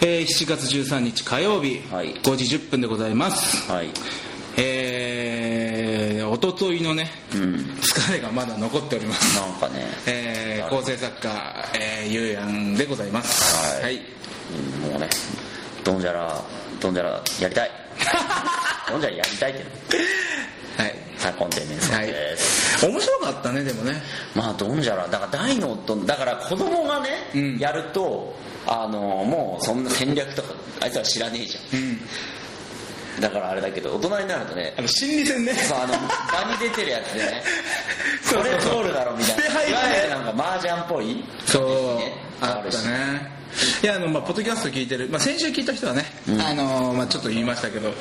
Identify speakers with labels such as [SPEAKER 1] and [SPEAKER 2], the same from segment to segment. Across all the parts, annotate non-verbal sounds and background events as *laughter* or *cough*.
[SPEAKER 1] 月13日火曜日、
[SPEAKER 2] はい
[SPEAKER 1] 5時10分でございます
[SPEAKER 2] はい
[SPEAKER 1] えー、おとといのね、疲れがまだ残っております
[SPEAKER 2] なんかね
[SPEAKER 1] えー、構成作家、えー、ゆうやんでございます
[SPEAKER 2] はいうんもうねドンジャラドンジャラ
[SPEAKER 1] *laughs*
[SPEAKER 2] やりたいドンジャラやりたいって
[SPEAKER 1] はい
[SPEAKER 2] さコンテンツです、
[SPEAKER 1] 面白かったねでもね
[SPEAKER 2] まあドンジャラだから大の夫だから子供がね、
[SPEAKER 1] ん
[SPEAKER 2] やるとあのもうそんな戦略とかあいつら知らねえじゃん、だからあれだけど大人になるとね
[SPEAKER 1] あの心理戦ね
[SPEAKER 2] そう
[SPEAKER 1] *laughs*
[SPEAKER 2] あの場に出てるやつでね
[SPEAKER 1] そ
[SPEAKER 2] こ
[SPEAKER 1] うそう
[SPEAKER 2] れ通るだろみたい
[SPEAKER 1] 捨て
[SPEAKER 2] な
[SPEAKER 1] 牌
[SPEAKER 2] い
[SPEAKER 1] が
[SPEAKER 2] わ
[SPEAKER 1] ね
[SPEAKER 2] ゆるなんか麻雀っぽい
[SPEAKER 1] そう
[SPEAKER 2] ね
[SPEAKER 1] あったねいやあの、まあ、ポッドキャスト聞いてる、まあ、先週聞いた人はね、あのまあ、ちょっと言いましたけど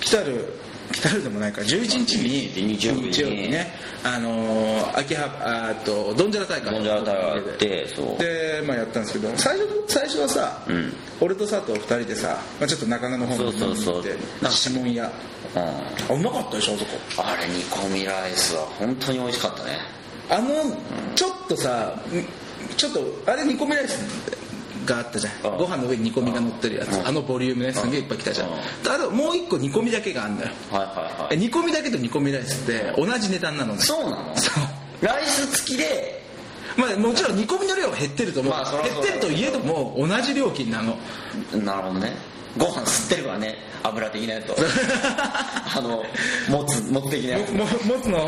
[SPEAKER 1] 来たる来たるでもないから11日に
[SPEAKER 2] 日曜日に
[SPEAKER 1] ねあの秋葉あーっとドンジャラ大会
[SPEAKER 2] ドンジャラ大会やってそう
[SPEAKER 1] で、まあ、やったんですけど最初最初はさ、
[SPEAKER 2] ん
[SPEAKER 1] 俺と佐藤2人でさ、まあ、ちょっと中野の方に
[SPEAKER 2] そうそうそう
[SPEAKER 1] って
[SPEAKER 2] なんか
[SPEAKER 1] 指紋屋
[SPEAKER 2] うん
[SPEAKER 1] あうまかったでしょあそこ
[SPEAKER 2] あれ煮込みライスは本当に美味しかったね
[SPEAKER 1] あのちょっとさんちょっとあれ煮込みライスがあったじゃ
[SPEAKER 2] うんん
[SPEAKER 1] ご飯の上に煮込みが乗ってるやつ
[SPEAKER 2] うん
[SPEAKER 1] あのボリュームねすげえいっぱい来たじゃん
[SPEAKER 2] うん
[SPEAKER 1] あともう一個煮込みだけがあるんだよ
[SPEAKER 2] はいはいは
[SPEAKER 1] え
[SPEAKER 2] い
[SPEAKER 1] 煮込みだけと煮込みライスって同じ値段なのね
[SPEAKER 2] そうなの
[SPEAKER 1] そう
[SPEAKER 2] ライス付きで
[SPEAKER 1] まあもちろん煮込みの量は減ってると思う、
[SPEAKER 2] まあそりゃそうだ
[SPEAKER 1] 減ってるといえども同じ料金なの
[SPEAKER 2] なるほどねご飯吸ってるからね油的
[SPEAKER 1] *laughs*
[SPEAKER 2] なやつをあのもつもつ的なやつ
[SPEAKER 1] ももつの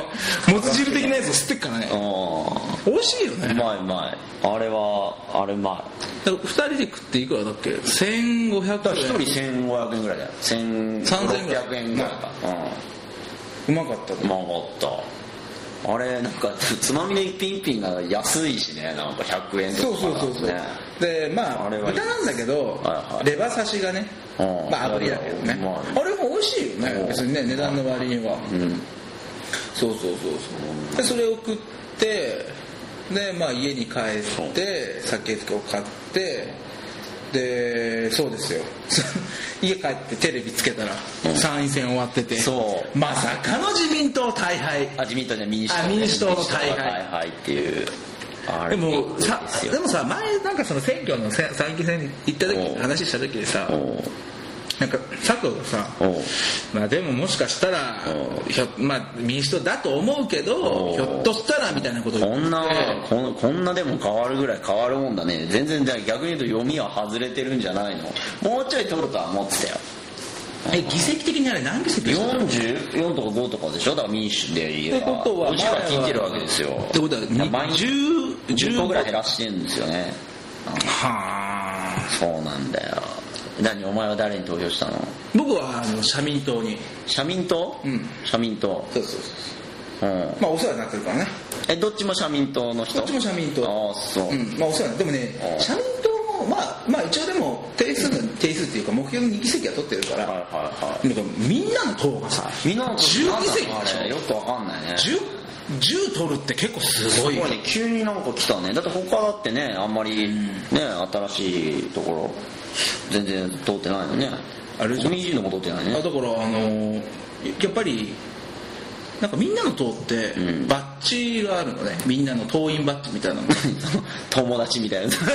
[SPEAKER 1] もつ汁的なやつを吸ってっからね
[SPEAKER 2] う
[SPEAKER 1] 美味しいよ
[SPEAKER 2] んう
[SPEAKER 1] ね
[SPEAKER 2] まいうまいあれはあれうまい
[SPEAKER 1] だから2人で食っていくらだっけ1500
[SPEAKER 2] だから
[SPEAKER 1] 円
[SPEAKER 2] 1人1500円ぐらいだよ
[SPEAKER 1] 3000円ぐらい
[SPEAKER 2] 1600円ぐらいか
[SPEAKER 1] うまかった
[SPEAKER 2] うんうまかったあれなんかつまみの一品一品が安いしねなんか100円とか
[SPEAKER 1] そうそうそうそう、
[SPEAKER 2] ね
[SPEAKER 1] でまあ
[SPEAKER 2] あれはいい
[SPEAKER 1] 豚なんだけど、
[SPEAKER 2] はいはい
[SPEAKER 1] レバ刺しがね、
[SPEAKER 2] うん
[SPEAKER 1] まあ炙りだけどね、
[SPEAKER 2] うまい
[SPEAKER 1] あれも美味しいよね
[SPEAKER 2] うん
[SPEAKER 1] 別にね値段の割には、
[SPEAKER 2] うん
[SPEAKER 1] そうそうそうそうでそれを食ってでまあ家に帰って酒を買ってでそうですよ *laughs* 家帰ってテレビつけたら参院選終わってて、
[SPEAKER 2] そう
[SPEAKER 1] まさかの自民党大敗
[SPEAKER 2] あ自民党じゃ民主党
[SPEAKER 1] あ民主党の大会
[SPEAKER 2] 大会っていうあ
[SPEAKER 1] で
[SPEAKER 2] れ
[SPEAKER 1] もさ
[SPEAKER 2] ですよ
[SPEAKER 1] でもさ前なんかその選挙のせ参議院選行った時
[SPEAKER 2] うん
[SPEAKER 1] 話した時でさ
[SPEAKER 2] おう
[SPEAKER 1] なんか佐藤がさ
[SPEAKER 2] おう
[SPEAKER 1] まあでももしかしたら
[SPEAKER 2] う
[SPEAKER 1] ひょまあ民主党だと思うけど
[SPEAKER 2] うん
[SPEAKER 1] ひょっとしたらみたいなことを言っ
[SPEAKER 2] こ
[SPEAKER 1] て
[SPEAKER 2] んなこんこんなでも変わるぐらい変わるもんだね全然だから逆に言うと読みは外れてるんじゃないのもうちょい取るとは思ってたよ
[SPEAKER 1] え議席的にあれ何議席でした
[SPEAKER 2] 44とか5とかでしょだから民主で言えば
[SPEAKER 1] ってことは
[SPEAKER 2] うちから聞いてるわけですよ
[SPEAKER 1] ってことは
[SPEAKER 2] だから毎日
[SPEAKER 1] 10
[SPEAKER 2] 10個ぐらい減らしてるんですよね
[SPEAKER 1] はあ
[SPEAKER 2] そうなんだよ何お前は誰に投票したの
[SPEAKER 1] 僕はあの社民党に
[SPEAKER 2] 社民党、
[SPEAKER 1] うん
[SPEAKER 2] 社民党
[SPEAKER 1] そうそう
[SPEAKER 2] うん
[SPEAKER 1] まあお世話になってるからね
[SPEAKER 2] えどっちも社民党の人
[SPEAKER 1] どっちも社民党
[SPEAKER 2] ああそう、
[SPEAKER 1] うんまあお世話になでもね
[SPEAKER 2] うん
[SPEAKER 1] 社民党もまあまあ一応でも定数の定数っていうか目標の2議席は取ってるか
[SPEAKER 2] はいは
[SPEAKER 1] ら
[SPEAKER 2] いは
[SPEAKER 1] なんかみんなの党がさ
[SPEAKER 2] いみんなの
[SPEAKER 1] 10議席
[SPEAKER 2] なんだろうあれよくわかんないね
[SPEAKER 1] 10, 10取るって結構すごい
[SPEAKER 2] す
[SPEAKER 1] よ
[SPEAKER 2] ごいね急になんか来たねだって他だってねあんまりね新しいところ全然通ってないのね
[SPEAKER 1] あれじゃん
[SPEAKER 2] 民進のも通ってない
[SPEAKER 1] *laughs* あだ
[SPEAKER 2] ね
[SPEAKER 1] からあのーやっぱりなんかみんなの党って
[SPEAKER 2] うん
[SPEAKER 1] バッジがあるのねみんなの党員バッジみたいなのそう
[SPEAKER 2] 友達みたいな
[SPEAKER 1] そう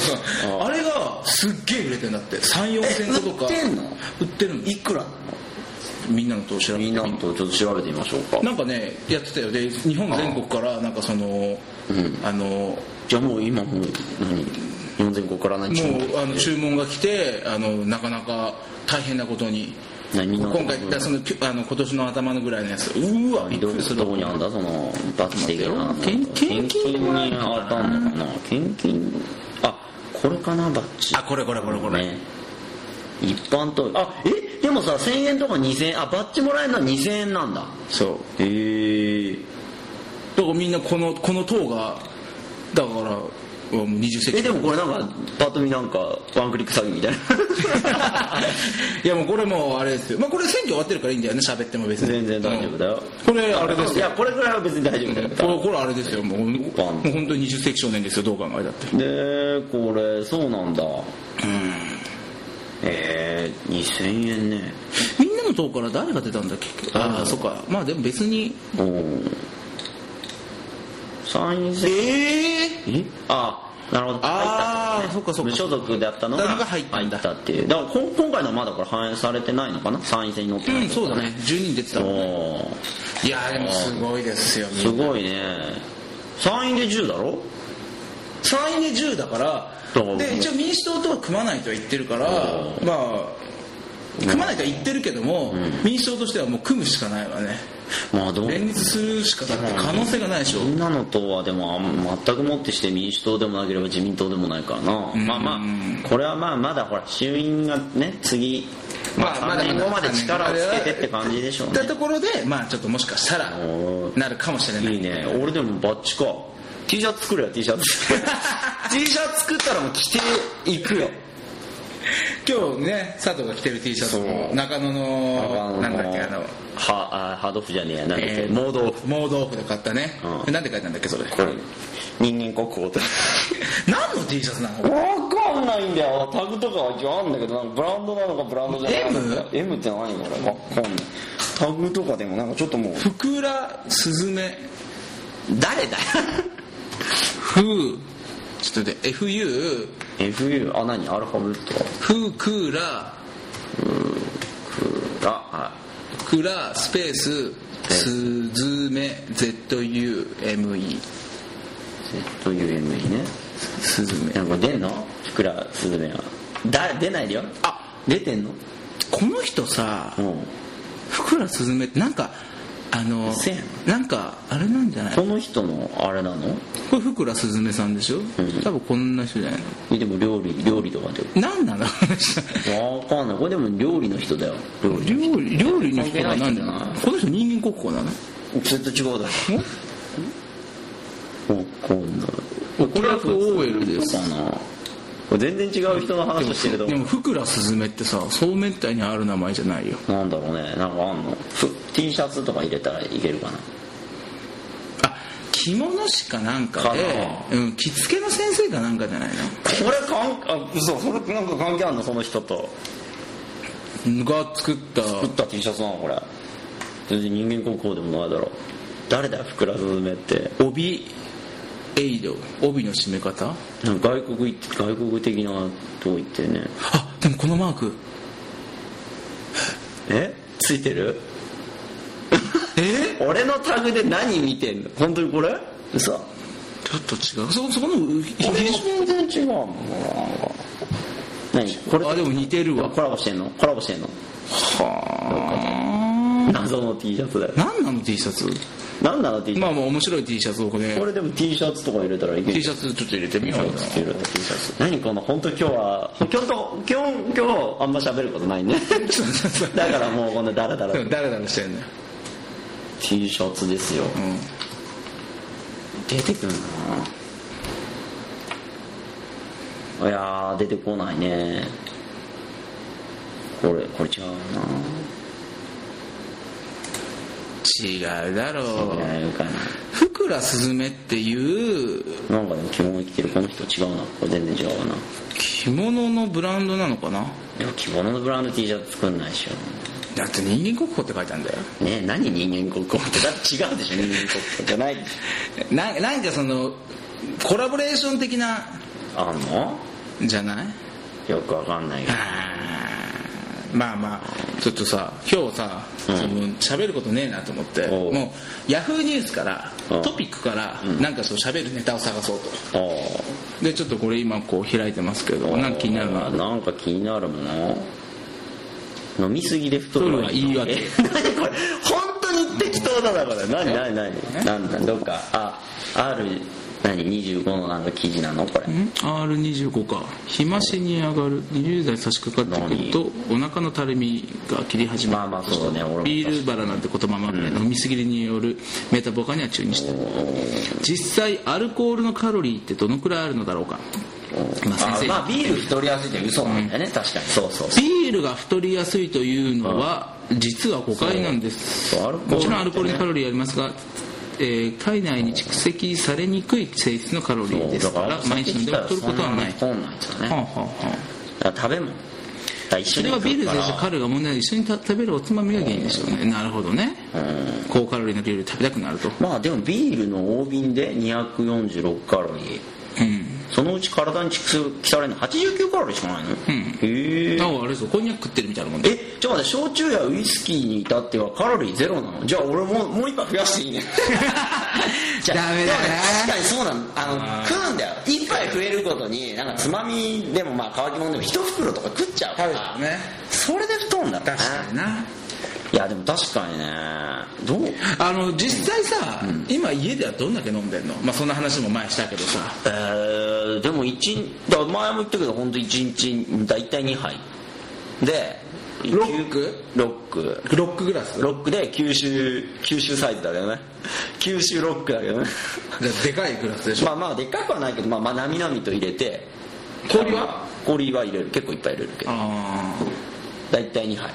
[SPEAKER 1] そう
[SPEAKER 2] あ
[SPEAKER 1] あれがすっげえ売れてんだって34千個とか
[SPEAKER 2] 売ってんの
[SPEAKER 1] 売ってるの
[SPEAKER 2] いくら
[SPEAKER 1] みんなの党調べ
[SPEAKER 2] み
[SPEAKER 1] て
[SPEAKER 2] んなのとちょっと調べてみましょうか
[SPEAKER 1] なんかねやってたよで日本全国からなんかその
[SPEAKER 2] うん
[SPEAKER 1] あのー
[SPEAKER 2] じゃあもう今もう何日本全国から何
[SPEAKER 1] もうあの注文が来てあのなかなか大変なことに
[SPEAKER 2] 何みんなの
[SPEAKER 1] 今回だそのきょあの今年の頭のぐらいのやつうーわびっ
[SPEAKER 2] ど
[SPEAKER 1] く
[SPEAKER 2] う
[SPEAKER 1] りする
[SPEAKER 2] どこにあんだそのバッテリーが
[SPEAKER 1] 献献金
[SPEAKER 2] にあったのかな献金あこれかなバッチ
[SPEAKER 1] あこれこれこれこれ、
[SPEAKER 2] ね一般とあえでもさ1000円とか2000円あバッチもらえるのは2000円なんだ
[SPEAKER 1] そう
[SPEAKER 2] へえ
[SPEAKER 1] だからみんなこのこの党がだからもう20世
[SPEAKER 2] え
[SPEAKER 1] 紀
[SPEAKER 2] でもこれなんかパッと見なんかワンクリック詐欺みたいな *laughs*
[SPEAKER 1] いやもうこれもうあれですよ、まあ、これ選挙終わってるからいいんだよね喋っても別に
[SPEAKER 2] 全然大丈夫だよ
[SPEAKER 1] うんこれあれです
[SPEAKER 2] い
[SPEAKER 1] よ
[SPEAKER 2] やこれぐらいは別に大丈夫だよ
[SPEAKER 1] これこれあれですよもうもう
[SPEAKER 2] パン
[SPEAKER 1] 本当に20世紀少年ですよどう考えたって
[SPEAKER 2] でこれそうなんだえー、2000円ね
[SPEAKER 1] みんなの党から誰が出たんだっけああそっかまあでも別に
[SPEAKER 2] おー参院選
[SPEAKER 1] ええ
[SPEAKER 2] えあなるほど
[SPEAKER 1] あああそっかそっか
[SPEAKER 2] 無所属だったのが
[SPEAKER 1] だが入ったんだ
[SPEAKER 2] 入っていうだからこん今回のはまだこれ反映されてないのかな参院選に乗って
[SPEAKER 1] う
[SPEAKER 2] ない
[SPEAKER 1] んそうだね10人出てたもんね
[SPEAKER 2] おー
[SPEAKER 1] いやーでもすごいですよ
[SPEAKER 2] すごいね参院で10だろ
[SPEAKER 1] 参院で10だから
[SPEAKER 2] そう
[SPEAKER 1] で一応民主党とは組まないとは言ってるから
[SPEAKER 2] う
[SPEAKER 1] まあ組まないとは言ってるけども、民主党としてはもう組むしかないわね
[SPEAKER 2] まあどう
[SPEAKER 1] 連立するしかだって可能性がないでしょ、
[SPEAKER 2] みんなの党はでもあん全くもってして民主党でもなければ自民党でもないからな、
[SPEAKER 1] ん
[SPEAKER 2] まあまあこれはまあまだほら衆院がね次ま
[SPEAKER 1] まあ
[SPEAKER 2] あ3年後まで力をつけてって感じでしょう
[SPEAKER 1] いっ
[SPEAKER 2] ね
[SPEAKER 1] たところでまあちょっともしかしたら
[SPEAKER 2] おー
[SPEAKER 1] なるかもしれない
[SPEAKER 2] いいね俺でもバッチか T シャツ作るよ T シャツ T シャツ作ったらもう着ていくよ
[SPEAKER 1] 今日ね佐藤が着てる T シャツ
[SPEAKER 2] そ
[SPEAKER 1] も
[SPEAKER 2] う
[SPEAKER 1] 中野のなんだっけあの
[SPEAKER 2] はあハードオフじゃねえやなんだっけ、
[SPEAKER 1] えー
[SPEAKER 2] 盲導
[SPEAKER 1] 毛豆腐で買ったね
[SPEAKER 2] うん
[SPEAKER 1] なんで書いたんだっけそれ
[SPEAKER 2] これ人間国宝って
[SPEAKER 1] 何の T シャツなの
[SPEAKER 2] わかんないんだよタグとかは一応あんだけどなんかブランドなのかブランドじゃないのか M? M って何これわかんないタグとかでもなんかちょっともう
[SPEAKER 1] ふくらすずめ
[SPEAKER 2] 誰だよ
[SPEAKER 1] ふうちょっと待って FU
[SPEAKER 2] FU あ何アルファベット
[SPEAKER 1] ふくら
[SPEAKER 2] がは
[SPEAKER 1] くらスペースすずめ ZUME
[SPEAKER 2] い ZUME ね
[SPEAKER 1] すずめ
[SPEAKER 2] なんか出んのふくらすずめはだ出ないでよ
[SPEAKER 1] あ
[SPEAKER 2] 出てんの
[SPEAKER 1] この人さ
[SPEAKER 2] うん
[SPEAKER 1] ふくらすずめってなんかあの
[SPEAKER 2] せや
[SPEAKER 1] なんかあれなんじゃない
[SPEAKER 2] この人のあれなの
[SPEAKER 1] これふくらすずめさんでしょ、多分こんな人じゃない
[SPEAKER 2] でも料理料理とかで
[SPEAKER 1] の何なのこの人
[SPEAKER 2] わかんないこれでも料理の人だよ料
[SPEAKER 1] *laughs*
[SPEAKER 2] 理
[SPEAKER 1] 料理料理の人がなんじゃ
[SPEAKER 2] 関係ない人じゃ
[SPEAKER 1] な
[SPEAKER 2] ない
[SPEAKER 1] この人人間国宝なの
[SPEAKER 2] 絶対違うだろわかんない
[SPEAKER 1] これはオーエルです
[SPEAKER 2] かなこれ全然違う人の話をしてると
[SPEAKER 1] でもふくらすずめってさそうめんたいにある名前じゃないよ
[SPEAKER 2] なんだろうねなんかあんのふ T シャツとか入れたらいけるかな
[SPEAKER 1] あ着物師かなんかで
[SPEAKER 2] か
[SPEAKER 1] うん、着付けの先生かなんかじゃない
[SPEAKER 2] これかんあ嘘それなんか関係あるのその人と
[SPEAKER 1] のが作った
[SPEAKER 2] 打った T シャツなのこれ全然人間国宝でもないだろ誰だよふくらすずめって
[SPEAKER 1] 帯エイド帯の締め方
[SPEAKER 2] なんか外国行って外国的なとこ行ってね
[SPEAKER 1] あでもこのマーク
[SPEAKER 2] えついてる
[SPEAKER 1] え
[SPEAKER 2] 俺のタグで何見てんの本当にこれ嘘
[SPEAKER 1] ちょっと違うそそこの
[SPEAKER 2] これ
[SPEAKER 1] ひ
[SPEAKER 2] 全然違うもんなんか何これ
[SPEAKER 1] あでも似てるわ
[SPEAKER 2] コラボしてんのコラボしてんの
[SPEAKER 1] は
[SPEAKER 2] 謎の T シャツだよ
[SPEAKER 1] あ何なの T シャツ
[SPEAKER 2] 何なの T シャ
[SPEAKER 1] まあまあ面白い T シャツをこれ
[SPEAKER 2] ツこれでも T シャツとか入れたらいけ
[SPEAKER 1] T
[SPEAKER 2] る
[SPEAKER 1] シャツちょっと入れてみようかな
[SPEAKER 2] T シャツ何この本当今日は今日と今日今日あんま喋ることない *laughs* ねだからもうこんなダラダラ
[SPEAKER 1] うんダラダラしてんのよ
[SPEAKER 2] T シャツですよ
[SPEAKER 1] うん
[SPEAKER 2] 出てくるなぁいやー出てこないねこれこれ違うな
[SPEAKER 1] 違うだろう
[SPEAKER 2] ぁ違うかな
[SPEAKER 1] ふくらすずめっていう
[SPEAKER 2] なんかでも着物着てるこの人違うなこれ全然違うな
[SPEAKER 1] 着物のブランドなのかない
[SPEAKER 2] や着物のブランド T シャツ作んないでしょ
[SPEAKER 1] だって人間国宝って書いてあるんだよ
[SPEAKER 2] ねえ何人間国宝ってだって違うでしょ人間国宝じゃないでし
[SPEAKER 1] ななんかそのコラボレーション的な
[SPEAKER 2] ょあんの
[SPEAKER 1] じゃない
[SPEAKER 2] よくわかんないけど
[SPEAKER 1] あーまあまあちょっとさ今日さ、
[SPEAKER 2] うん
[SPEAKER 1] その喋ることねえなと思って
[SPEAKER 2] おう
[SPEAKER 1] もうヤフーニュースから
[SPEAKER 2] うん
[SPEAKER 1] トピックからなんかそう喋るネタを探そうと
[SPEAKER 2] あ
[SPEAKER 1] でちょっとこれ今こう開いてますけど
[SPEAKER 2] あ
[SPEAKER 1] なんか気になるのは
[SPEAKER 2] なんか気になるもの飲みすぎで太る
[SPEAKER 1] 太るはいい
[SPEAKER 2] え *laughs* 何これ本当に適当だなこれ何何何何だどっかあ R 何25のなんか記事なのこれ
[SPEAKER 1] R25 か日増しに上がる20代差し掛かってくるとお腹のたるみが切り始める
[SPEAKER 2] まあまあそうだね俺も
[SPEAKER 1] ビールバラなんて言葉もあるね、飲みすぎによるメタボ化には注意して実際アルコールのカロリーってどのくらいあるのだろうか、まあ、先生
[SPEAKER 2] あまあビール太りやすいって嘘なんだよね、確かにそうそう
[SPEAKER 1] ビールが太りやすいというのは実は誤解なんです
[SPEAKER 2] そうアルコール
[SPEAKER 1] もちろんアルコールにカロリーありますが、えー体内に蓄積されにくい性質のカロリーですから毎日飲んでも太ることはない、は
[SPEAKER 2] そんなんですよね
[SPEAKER 1] あはあはあ
[SPEAKER 2] だから食べ物だから一緒
[SPEAKER 1] そ
[SPEAKER 2] に
[SPEAKER 1] れはビールで
[SPEAKER 2] から
[SPEAKER 1] カロリーが問題ない一緒にた食べるおつまみが原因でしょうねなるほどね
[SPEAKER 2] うん
[SPEAKER 1] 高カロリーの料理を食べたくなると
[SPEAKER 2] まあでもビールの大瓶で246カロリー
[SPEAKER 1] うん
[SPEAKER 2] そそのうち体に蓄積されるの89カロリーしかないの、
[SPEAKER 1] ん
[SPEAKER 2] へえ
[SPEAKER 1] だからあれですよこんにゃく食ってるみたいなもんで
[SPEAKER 2] えちょっと待って焼酎やウイスキーに至ってはカロリーゼロなのじゃあ俺ももう一杯増やしていい
[SPEAKER 1] *laughs*
[SPEAKER 2] ねじゃあ
[SPEAKER 3] ダメだな
[SPEAKER 2] でもね確かにそうなのあの
[SPEAKER 1] あー
[SPEAKER 2] 食うんだよ一杯増えることになんかつまみでもまあ乾き物でも一袋とか食っちゃうか
[SPEAKER 1] 食べた
[SPEAKER 2] ら
[SPEAKER 1] ね
[SPEAKER 2] それで太んだ
[SPEAKER 1] 確かにない
[SPEAKER 2] やでも確かにねどう
[SPEAKER 1] あの実際さ、今家ではどんだけ飲んでんのまあそんな話も前したけどさ
[SPEAKER 2] えー、でも一日だから前も言ったけど本当一日大体2杯で
[SPEAKER 1] ロック
[SPEAKER 2] ロック
[SPEAKER 1] ロックグラス
[SPEAKER 2] ロックで九州九州サイズだけどね九州ロックだ
[SPEAKER 1] *laughs*
[SPEAKER 2] けどね
[SPEAKER 1] じゃあでかいグラスでしょ
[SPEAKER 2] まあまあでっかくはないけどまあまあなみなみと入れて
[SPEAKER 1] 氷は
[SPEAKER 2] 氷は入れる結構いっぱい入れるけど
[SPEAKER 1] あ
[SPEAKER 2] 大体2杯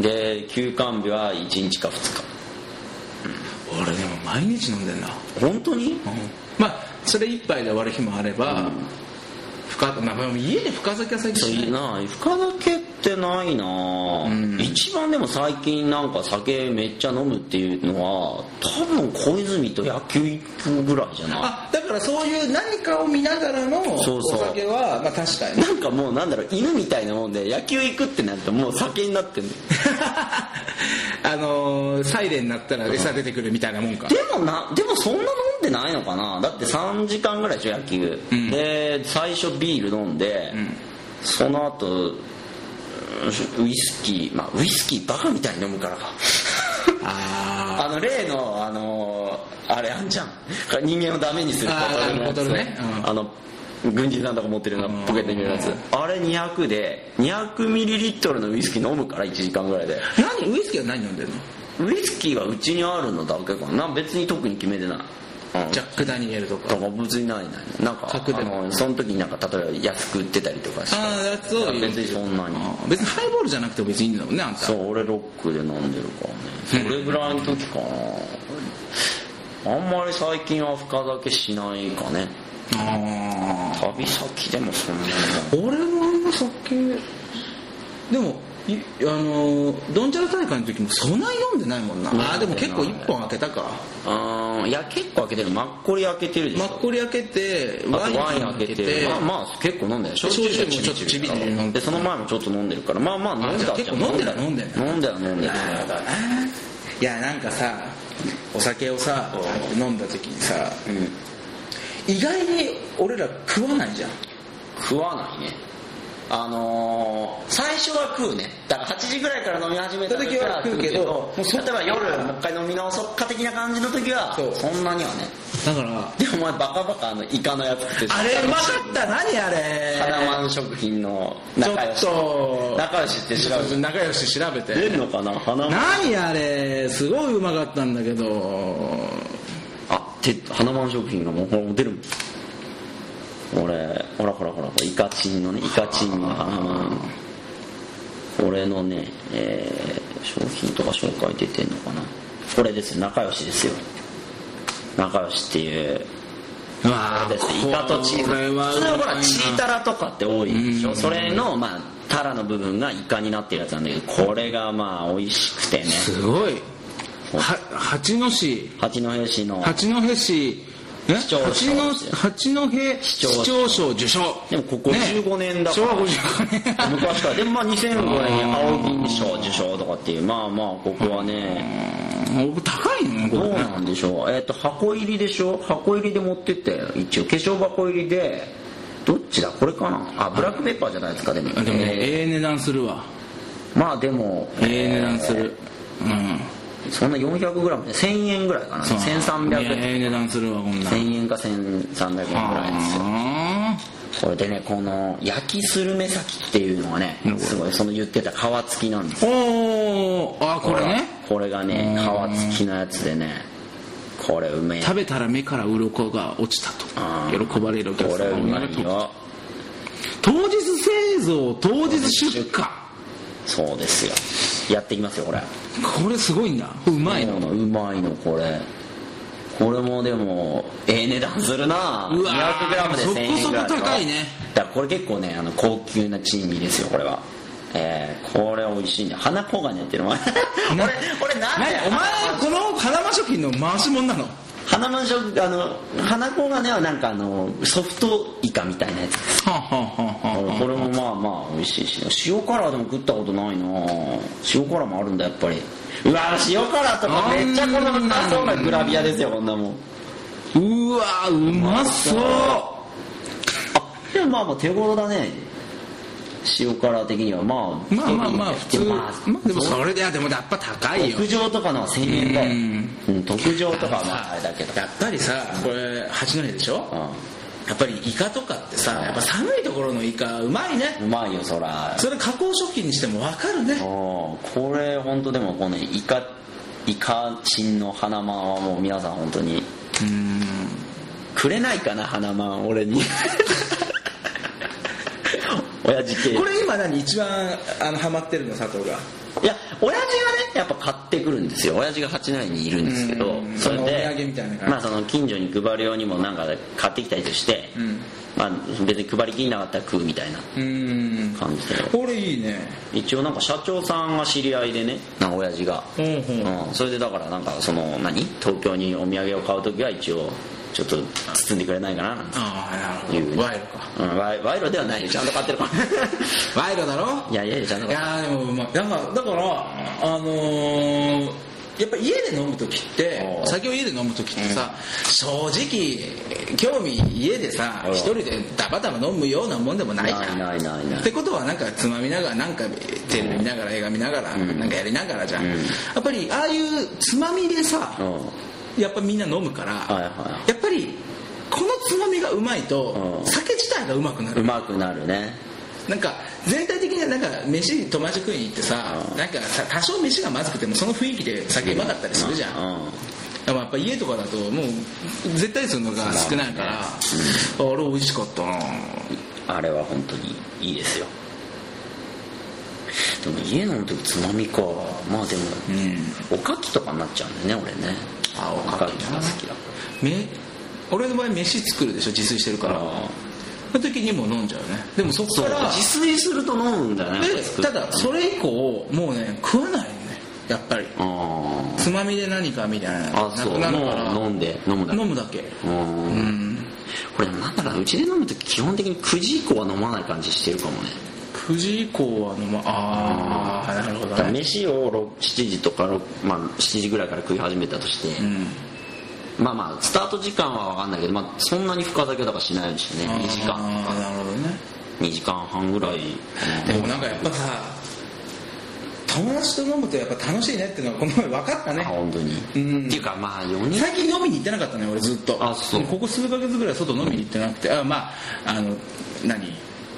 [SPEAKER 2] で休館日は1日か2
[SPEAKER 1] あ俺でも毎日飲んでんな、
[SPEAKER 2] 日本当に
[SPEAKER 1] まあそれ一杯で終わる日もあれば、深まあ、まあ家で深酒は最
[SPEAKER 2] そう
[SPEAKER 1] 近
[SPEAKER 2] い
[SPEAKER 1] し
[SPEAKER 2] う
[SPEAKER 1] ない
[SPEAKER 2] な深酒ってないな、
[SPEAKER 1] ん
[SPEAKER 2] 一番でも最近なんか酒めっちゃ飲むっていうのは多分小泉と野球行くぐらいじゃな
[SPEAKER 1] あだからそういう何かを見ながらのお
[SPEAKER 2] そうそう
[SPEAKER 1] 酒はまあ確か
[SPEAKER 2] い
[SPEAKER 1] に
[SPEAKER 2] なんかもうなんだろう犬みたいなもんで野球行くってなるともう酒になってんの
[SPEAKER 1] *laughs* あのーサイレンになったら餌出てくるみたいなもんか、
[SPEAKER 2] でもなでもそんな飲んでないのかなだって3時間ぐらいでしょ野球、
[SPEAKER 1] うん
[SPEAKER 2] で最初ビール飲んで、
[SPEAKER 1] ん
[SPEAKER 2] その後うんウイスキーまあウイスキーバカみたいに飲むからか
[SPEAKER 1] あ
[SPEAKER 2] あの例のあのーあれあんじゃん人間をダメにする
[SPEAKER 1] あー
[SPEAKER 2] ボトルのやつ
[SPEAKER 1] ボトルねうん
[SPEAKER 2] あの軍人さんとか持ってるようなポケットに入れるやつ
[SPEAKER 1] うん
[SPEAKER 2] あれ200で200ミリリットルのウイスキー飲むから1時間ぐらいで
[SPEAKER 1] あ何ウイスキーは何飲んでるの
[SPEAKER 2] ウイスキーはうちにあるのだけかな別に特に決めてない、うん
[SPEAKER 1] ジャック・ダニエルとか
[SPEAKER 2] とか別にないないなんか
[SPEAKER 1] 角でも
[SPEAKER 2] あのその時になんか例えば安く売ってたりとかして
[SPEAKER 1] ああやつを
[SPEAKER 2] 別にそんなに
[SPEAKER 1] あー別にハイボールじゃなくても別にいいんだもんねあんた
[SPEAKER 2] そう俺ロックで飲んでる *laughs* からねそれぐらいの時かなあんまり最近は深酒しないかね
[SPEAKER 1] あ
[SPEAKER 2] 旅先でもそんなに
[SPEAKER 1] ー俺もあんま酒でもいあのードンジャラ大会の時もそんなに飲んでないもんな
[SPEAKER 2] うん
[SPEAKER 1] あーでも結構1本開けたか
[SPEAKER 2] あーいや結構開けてるマッコリ開けてるでし
[SPEAKER 1] マ
[SPEAKER 2] ょ
[SPEAKER 1] ッコリ開けて
[SPEAKER 2] あ
[SPEAKER 1] ワ
[SPEAKER 2] とワイ
[SPEAKER 1] イ
[SPEAKER 2] ン
[SPEAKER 1] ン
[SPEAKER 2] 開
[SPEAKER 1] 開
[SPEAKER 2] け
[SPEAKER 1] け
[SPEAKER 2] て
[SPEAKER 1] て
[SPEAKER 2] まあまあ結構飲んでるでしょ
[SPEAKER 1] 焼酎もちょっとちびちび飲んで
[SPEAKER 2] でその前もちょっと飲んでるからまあまあ飲んでた
[SPEAKER 1] あじゃあ結構飲んでる飲んでる
[SPEAKER 2] 飲んでる飲んでる
[SPEAKER 1] なるほどないやなんかさお酒をさ飲んだ時にさ
[SPEAKER 2] うん
[SPEAKER 1] 意外に俺ら食わないじゃん
[SPEAKER 2] 食わないねあのー、最初は食うねだから8時ぐらいから飲み始めた時は食うけど
[SPEAKER 1] もうそ
[SPEAKER 2] 例えば夜もう一回飲み直そうか的な感じの時は
[SPEAKER 1] そう
[SPEAKER 2] そんなにはね
[SPEAKER 1] だから
[SPEAKER 2] でもお前バカバカあのイカのやつ食って
[SPEAKER 1] あれうまかった何あれ
[SPEAKER 2] カナマン食品の仲良し
[SPEAKER 1] ちょっと
[SPEAKER 2] 仲良しって調べて
[SPEAKER 1] 仲良し調べて
[SPEAKER 2] 出んのかな花マン
[SPEAKER 1] 何あれすごいうまかったんだけど
[SPEAKER 2] あて花マン食品がもうほら出るもん俺ほらほらほらほらイカチンのねイカチンの花マン俺のね、えー商品とか紹介出てんのかなこれですよ仲良しですよ仲良しっていう
[SPEAKER 1] うわ
[SPEAKER 2] あれですイカとチーズ
[SPEAKER 1] これは
[SPEAKER 2] 普通はほ
[SPEAKER 1] うまい
[SPEAKER 2] ら
[SPEAKER 1] な
[SPEAKER 2] チータラとかって多いでし
[SPEAKER 1] う
[SPEAKER 2] ょ
[SPEAKER 1] ん
[SPEAKER 2] それのまあタラの部分がイカになってるやつなんだけどこれがまあ美味しくてね
[SPEAKER 1] すごいは八戸市
[SPEAKER 2] 八戸市の
[SPEAKER 1] 八戸市え
[SPEAKER 2] 市長賞
[SPEAKER 1] 八戸八戸市
[SPEAKER 2] 長賞
[SPEAKER 1] 長賞受賞
[SPEAKER 2] でもここ15年だか
[SPEAKER 1] 昭
[SPEAKER 2] ら
[SPEAKER 1] 和55年
[SPEAKER 2] 昔からでまあ2005年に青銀賞受賞とかっていうまあまあここはね
[SPEAKER 1] うん *laughs* 高いのねこ
[SPEAKER 2] ど
[SPEAKER 1] れ
[SPEAKER 2] う
[SPEAKER 1] ね
[SPEAKER 2] なんでしょうえっ、と箱入りでしょ箱入りで持ってって一応化粧箱入りでどっちだこれかなあブラックペッパーじゃないですかでも
[SPEAKER 1] あでもね
[SPEAKER 2] え
[SPEAKER 1] ええ値段するわ
[SPEAKER 2] ーまあでも
[SPEAKER 1] ええ値段するうん
[SPEAKER 2] そんな 400g で1000円ぐらいかな
[SPEAKER 1] そう
[SPEAKER 2] 1300
[SPEAKER 1] いやええ値段するわこんなん
[SPEAKER 2] 1000円か1300円ぐらいですよ
[SPEAKER 1] あ
[SPEAKER 2] これでねこの焼きスルメ先っていうのがねすごいその言ってた皮付きなんです
[SPEAKER 1] ーおーあーこれね
[SPEAKER 2] これがね
[SPEAKER 1] うん
[SPEAKER 2] 皮付きのやつでねこれうめえ
[SPEAKER 1] 食べたら目から鱗が落ちたと
[SPEAKER 2] あー
[SPEAKER 1] 喜ばれるお
[SPEAKER 2] こ
[SPEAKER 1] 客
[SPEAKER 2] れう
[SPEAKER 1] 様
[SPEAKER 2] まいよ
[SPEAKER 1] 当日製造当日出荷
[SPEAKER 2] そうですよやっていきますよこれ
[SPEAKER 1] これすごいんだうまいの
[SPEAKER 2] うまいのこれこれもでもええ値段するな
[SPEAKER 1] うわー
[SPEAKER 2] 200g で1000円ぐらい
[SPEAKER 1] そこそこ高いね
[SPEAKER 2] だからこれ結構ねあの高級な珍味ですよこれはえー、これ美味しいね花 *laughs* 黄金やってるお前俺俺なんで
[SPEAKER 1] 何お前この花間食品の回し者なの
[SPEAKER 2] 花マンションあの花子がねはなんかあのソフトイカみたいなやつ
[SPEAKER 1] はあはあはあはあ
[SPEAKER 2] これもまあまあ美味しいし塩辛でも食ったことないな塩辛もあるんだやっぱりうわ塩辛とかめっちゃこのうまそうなグラビアですよこんなもん
[SPEAKER 1] うわうまそう
[SPEAKER 2] あでもまあまあ手頃だね塩辛的にはまあ
[SPEAKER 1] まあまあまあ普通
[SPEAKER 2] でも
[SPEAKER 1] まあでもそれではでもやっぱ高いよ
[SPEAKER 2] 特上とかのは1000円だようん特上とかはまああれだけど
[SPEAKER 1] やっぱりさこれ八戸でしょ
[SPEAKER 2] う
[SPEAKER 1] やっぱりイカとかってさやっぱ寒いところのイカうまいね
[SPEAKER 2] んうまいよそら
[SPEAKER 1] それ加工食品にしても分かるね
[SPEAKER 2] おーこれ本当でもこのイカイカチンの花まんはもう皆さん本当にくれないかな花まん俺に *laughs* 親父系
[SPEAKER 1] これ今何一番あのハマってるの佐藤が
[SPEAKER 2] いや親父がねやっぱ買ってくるんですよ親父が八内にいるんですけど
[SPEAKER 1] うん
[SPEAKER 2] そ
[SPEAKER 1] お
[SPEAKER 2] れ
[SPEAKER 1] 土産みたいな感
[SPEAKER 2] で
[SPEAKER 1] じ
[SPEAKER 2] まあその近所に配る用にもなんか買ってきたりとして
[SPEAKER 1] ん
[SPEAKER 2] まあ別に配りきんなかったら食うみたいな
[SPEAKER 1] うーん
[SPEAKER 2] 感じで
[SPEAKER 1] これいいね
[SPEAKER 2] 一応なんか社長さんが知り合いでねなんか親父が
[SPEAKER 1] ほうほ
[SPEAKER 2] うん、それでだからなんかその何東京にお土産を買う時は一応ちょっと包んでくれないかななんて
[SPEAKER 1] ああな
[SPEAKER 2] 言
[SPEAKER 1] る
[SPEAKER 2] う
[SPEAKER 1] ほど賄賂か
[SPEAKER 2] うん、賄賄賂ではないよちゃんと買ってるから
[SPEAKER 1] 賄賂だ *laughs* ろ
[SPEAKER 2] いやいやいやちゃんと
[SPEAKER 1] い
[SPEAKER 2] 買っ
[SPEAKER 1] や
[SPEAKER 2] て
[SPEAKER 1] ーでもうまいだからだからあのーやっぱ家で飲む時って
[SPEAKER 2] おう
[SPEAKER 1] 酒を家で飲む時ってさ、正直興味家でさ
[SPEAKER 2] おう
[SPEAKER 1] 一人でダバダバ飲むようなもんでもないじゃん
[SPEAKER 2] ないないないない
[SPEAKER 1] ってことはなんかつまみながらなんかテレビ見ながら映画見ながら、なんかやりながらじゃん、
[SPEAKER 2] うん
[SPEAKER 1] やっぱりああいうつまみでさ、
[SPEAKER 2] うんは
[SPEAKER 1] やっぱみんな飲むから、
[SPEAKER 2] いは
[SPEAKER 1] やっぱりこのつまみがうまいと
[SPEAKER 2] うん
[SPEAKER 1] 酒自体がうまくなる
[SPEAKER 2] いうまくなるね
[SPEAKER 1] なんか全体的にはなんか飯友達食いに行ってさ
[SPEAKER 2] うん
[SPEAKER 1] なんかさ多少飯がまずくてもその雰囲気で酒うまかったりするじゃん、
[SPEAKER 2] うん
[SPEAKER 1] でもやっぱ家とかだともう絶対数のが少ないから、あれ美味しかったな
[SPEAKER 2] あれは本当にいいですよでも家飲む時つまみかまあでも、
[SPEAKER 1] うん
[SPEAKER 2] おかきとかになっちゃうんだよね俺ね
[SPEAKER 1] あ
[SPEAKER 2] お
[SPEAKER 1] お
[SPEAKER 2] か
[SPEAKER 1] か
[SPEAKER 2] き
[SPEAKER 1] き
[SPEAKER 2] が
[SPEAKER 1] な
[SPEAKER 2] 好きだか
[SPEAKER 1] め俺の場合飯作るでしょ自炊してるから
[SPEAKER 2] らあ
[SPEAKER 1] その時にもう飲んじゃうねでもそっ
[SPEAKER 2] ーそ
[SPEAKER 1] か
[SPEAKER 2] う
[SPEAKER 1] ら
[SPEAKER 2] 自炊すると飲むんだよね
[SPEAKER 1] でただそれ以降もうね食わないよねやっぱり
[SPEAKER 2] ああ
[SPEAKER 1] つまみで何かみたいなの
[SPEAKER 2] あ
[SPEAKER 1] がな
[SPEAKER 2] そう
[SPEAKER 1] くなるから
[SPEAKER 2] もう飲んで飲むだけ
[SPEAKER 1] 飲むだけ
[SPEAKER 2] う
[SPEAKER 1] うんん
[SPEAKER 2] これなんだろうなうちで飲むと基本的に9時以降は飲まない感じしてるかもね
[SPEAKER 1] 9時以降は飲まああなるほ
[SPEAKER 2] だ
[SPEAKER 1] ど
[SPEAKER 2] から
[SPEAKER 1] ね
[SPEAKER 2] 飯を6 7時とか、6まあ、7時ぐらいから食い始めたとして、
[SPEAKER 1] うん
[SPEAKER 2] まあまあスタート時間は分かんないけど、まあ、そんなに深酒だからしないしね2時間
[SPEAKER 1] ああなるほどね
[SPEAKER 2] 2時間半ぐらい
[SPEAKER 1] でもなんかやっぱさ友達と飲むとやっぱ楽しいねっていうのはこの前分かったね
[SPEAKER 2] 本当に、
[SPEAKER 1] うん
[SPEAKER 2] っていうかまあ4人
[SPEAKER 1] 最近飲みに行ってなかったね俺ずっと
[SPEAKER 2] あそう
[SPEAKER 1] ここ数ヶ月ぐらい外飲みに行ってなくて、あまああの何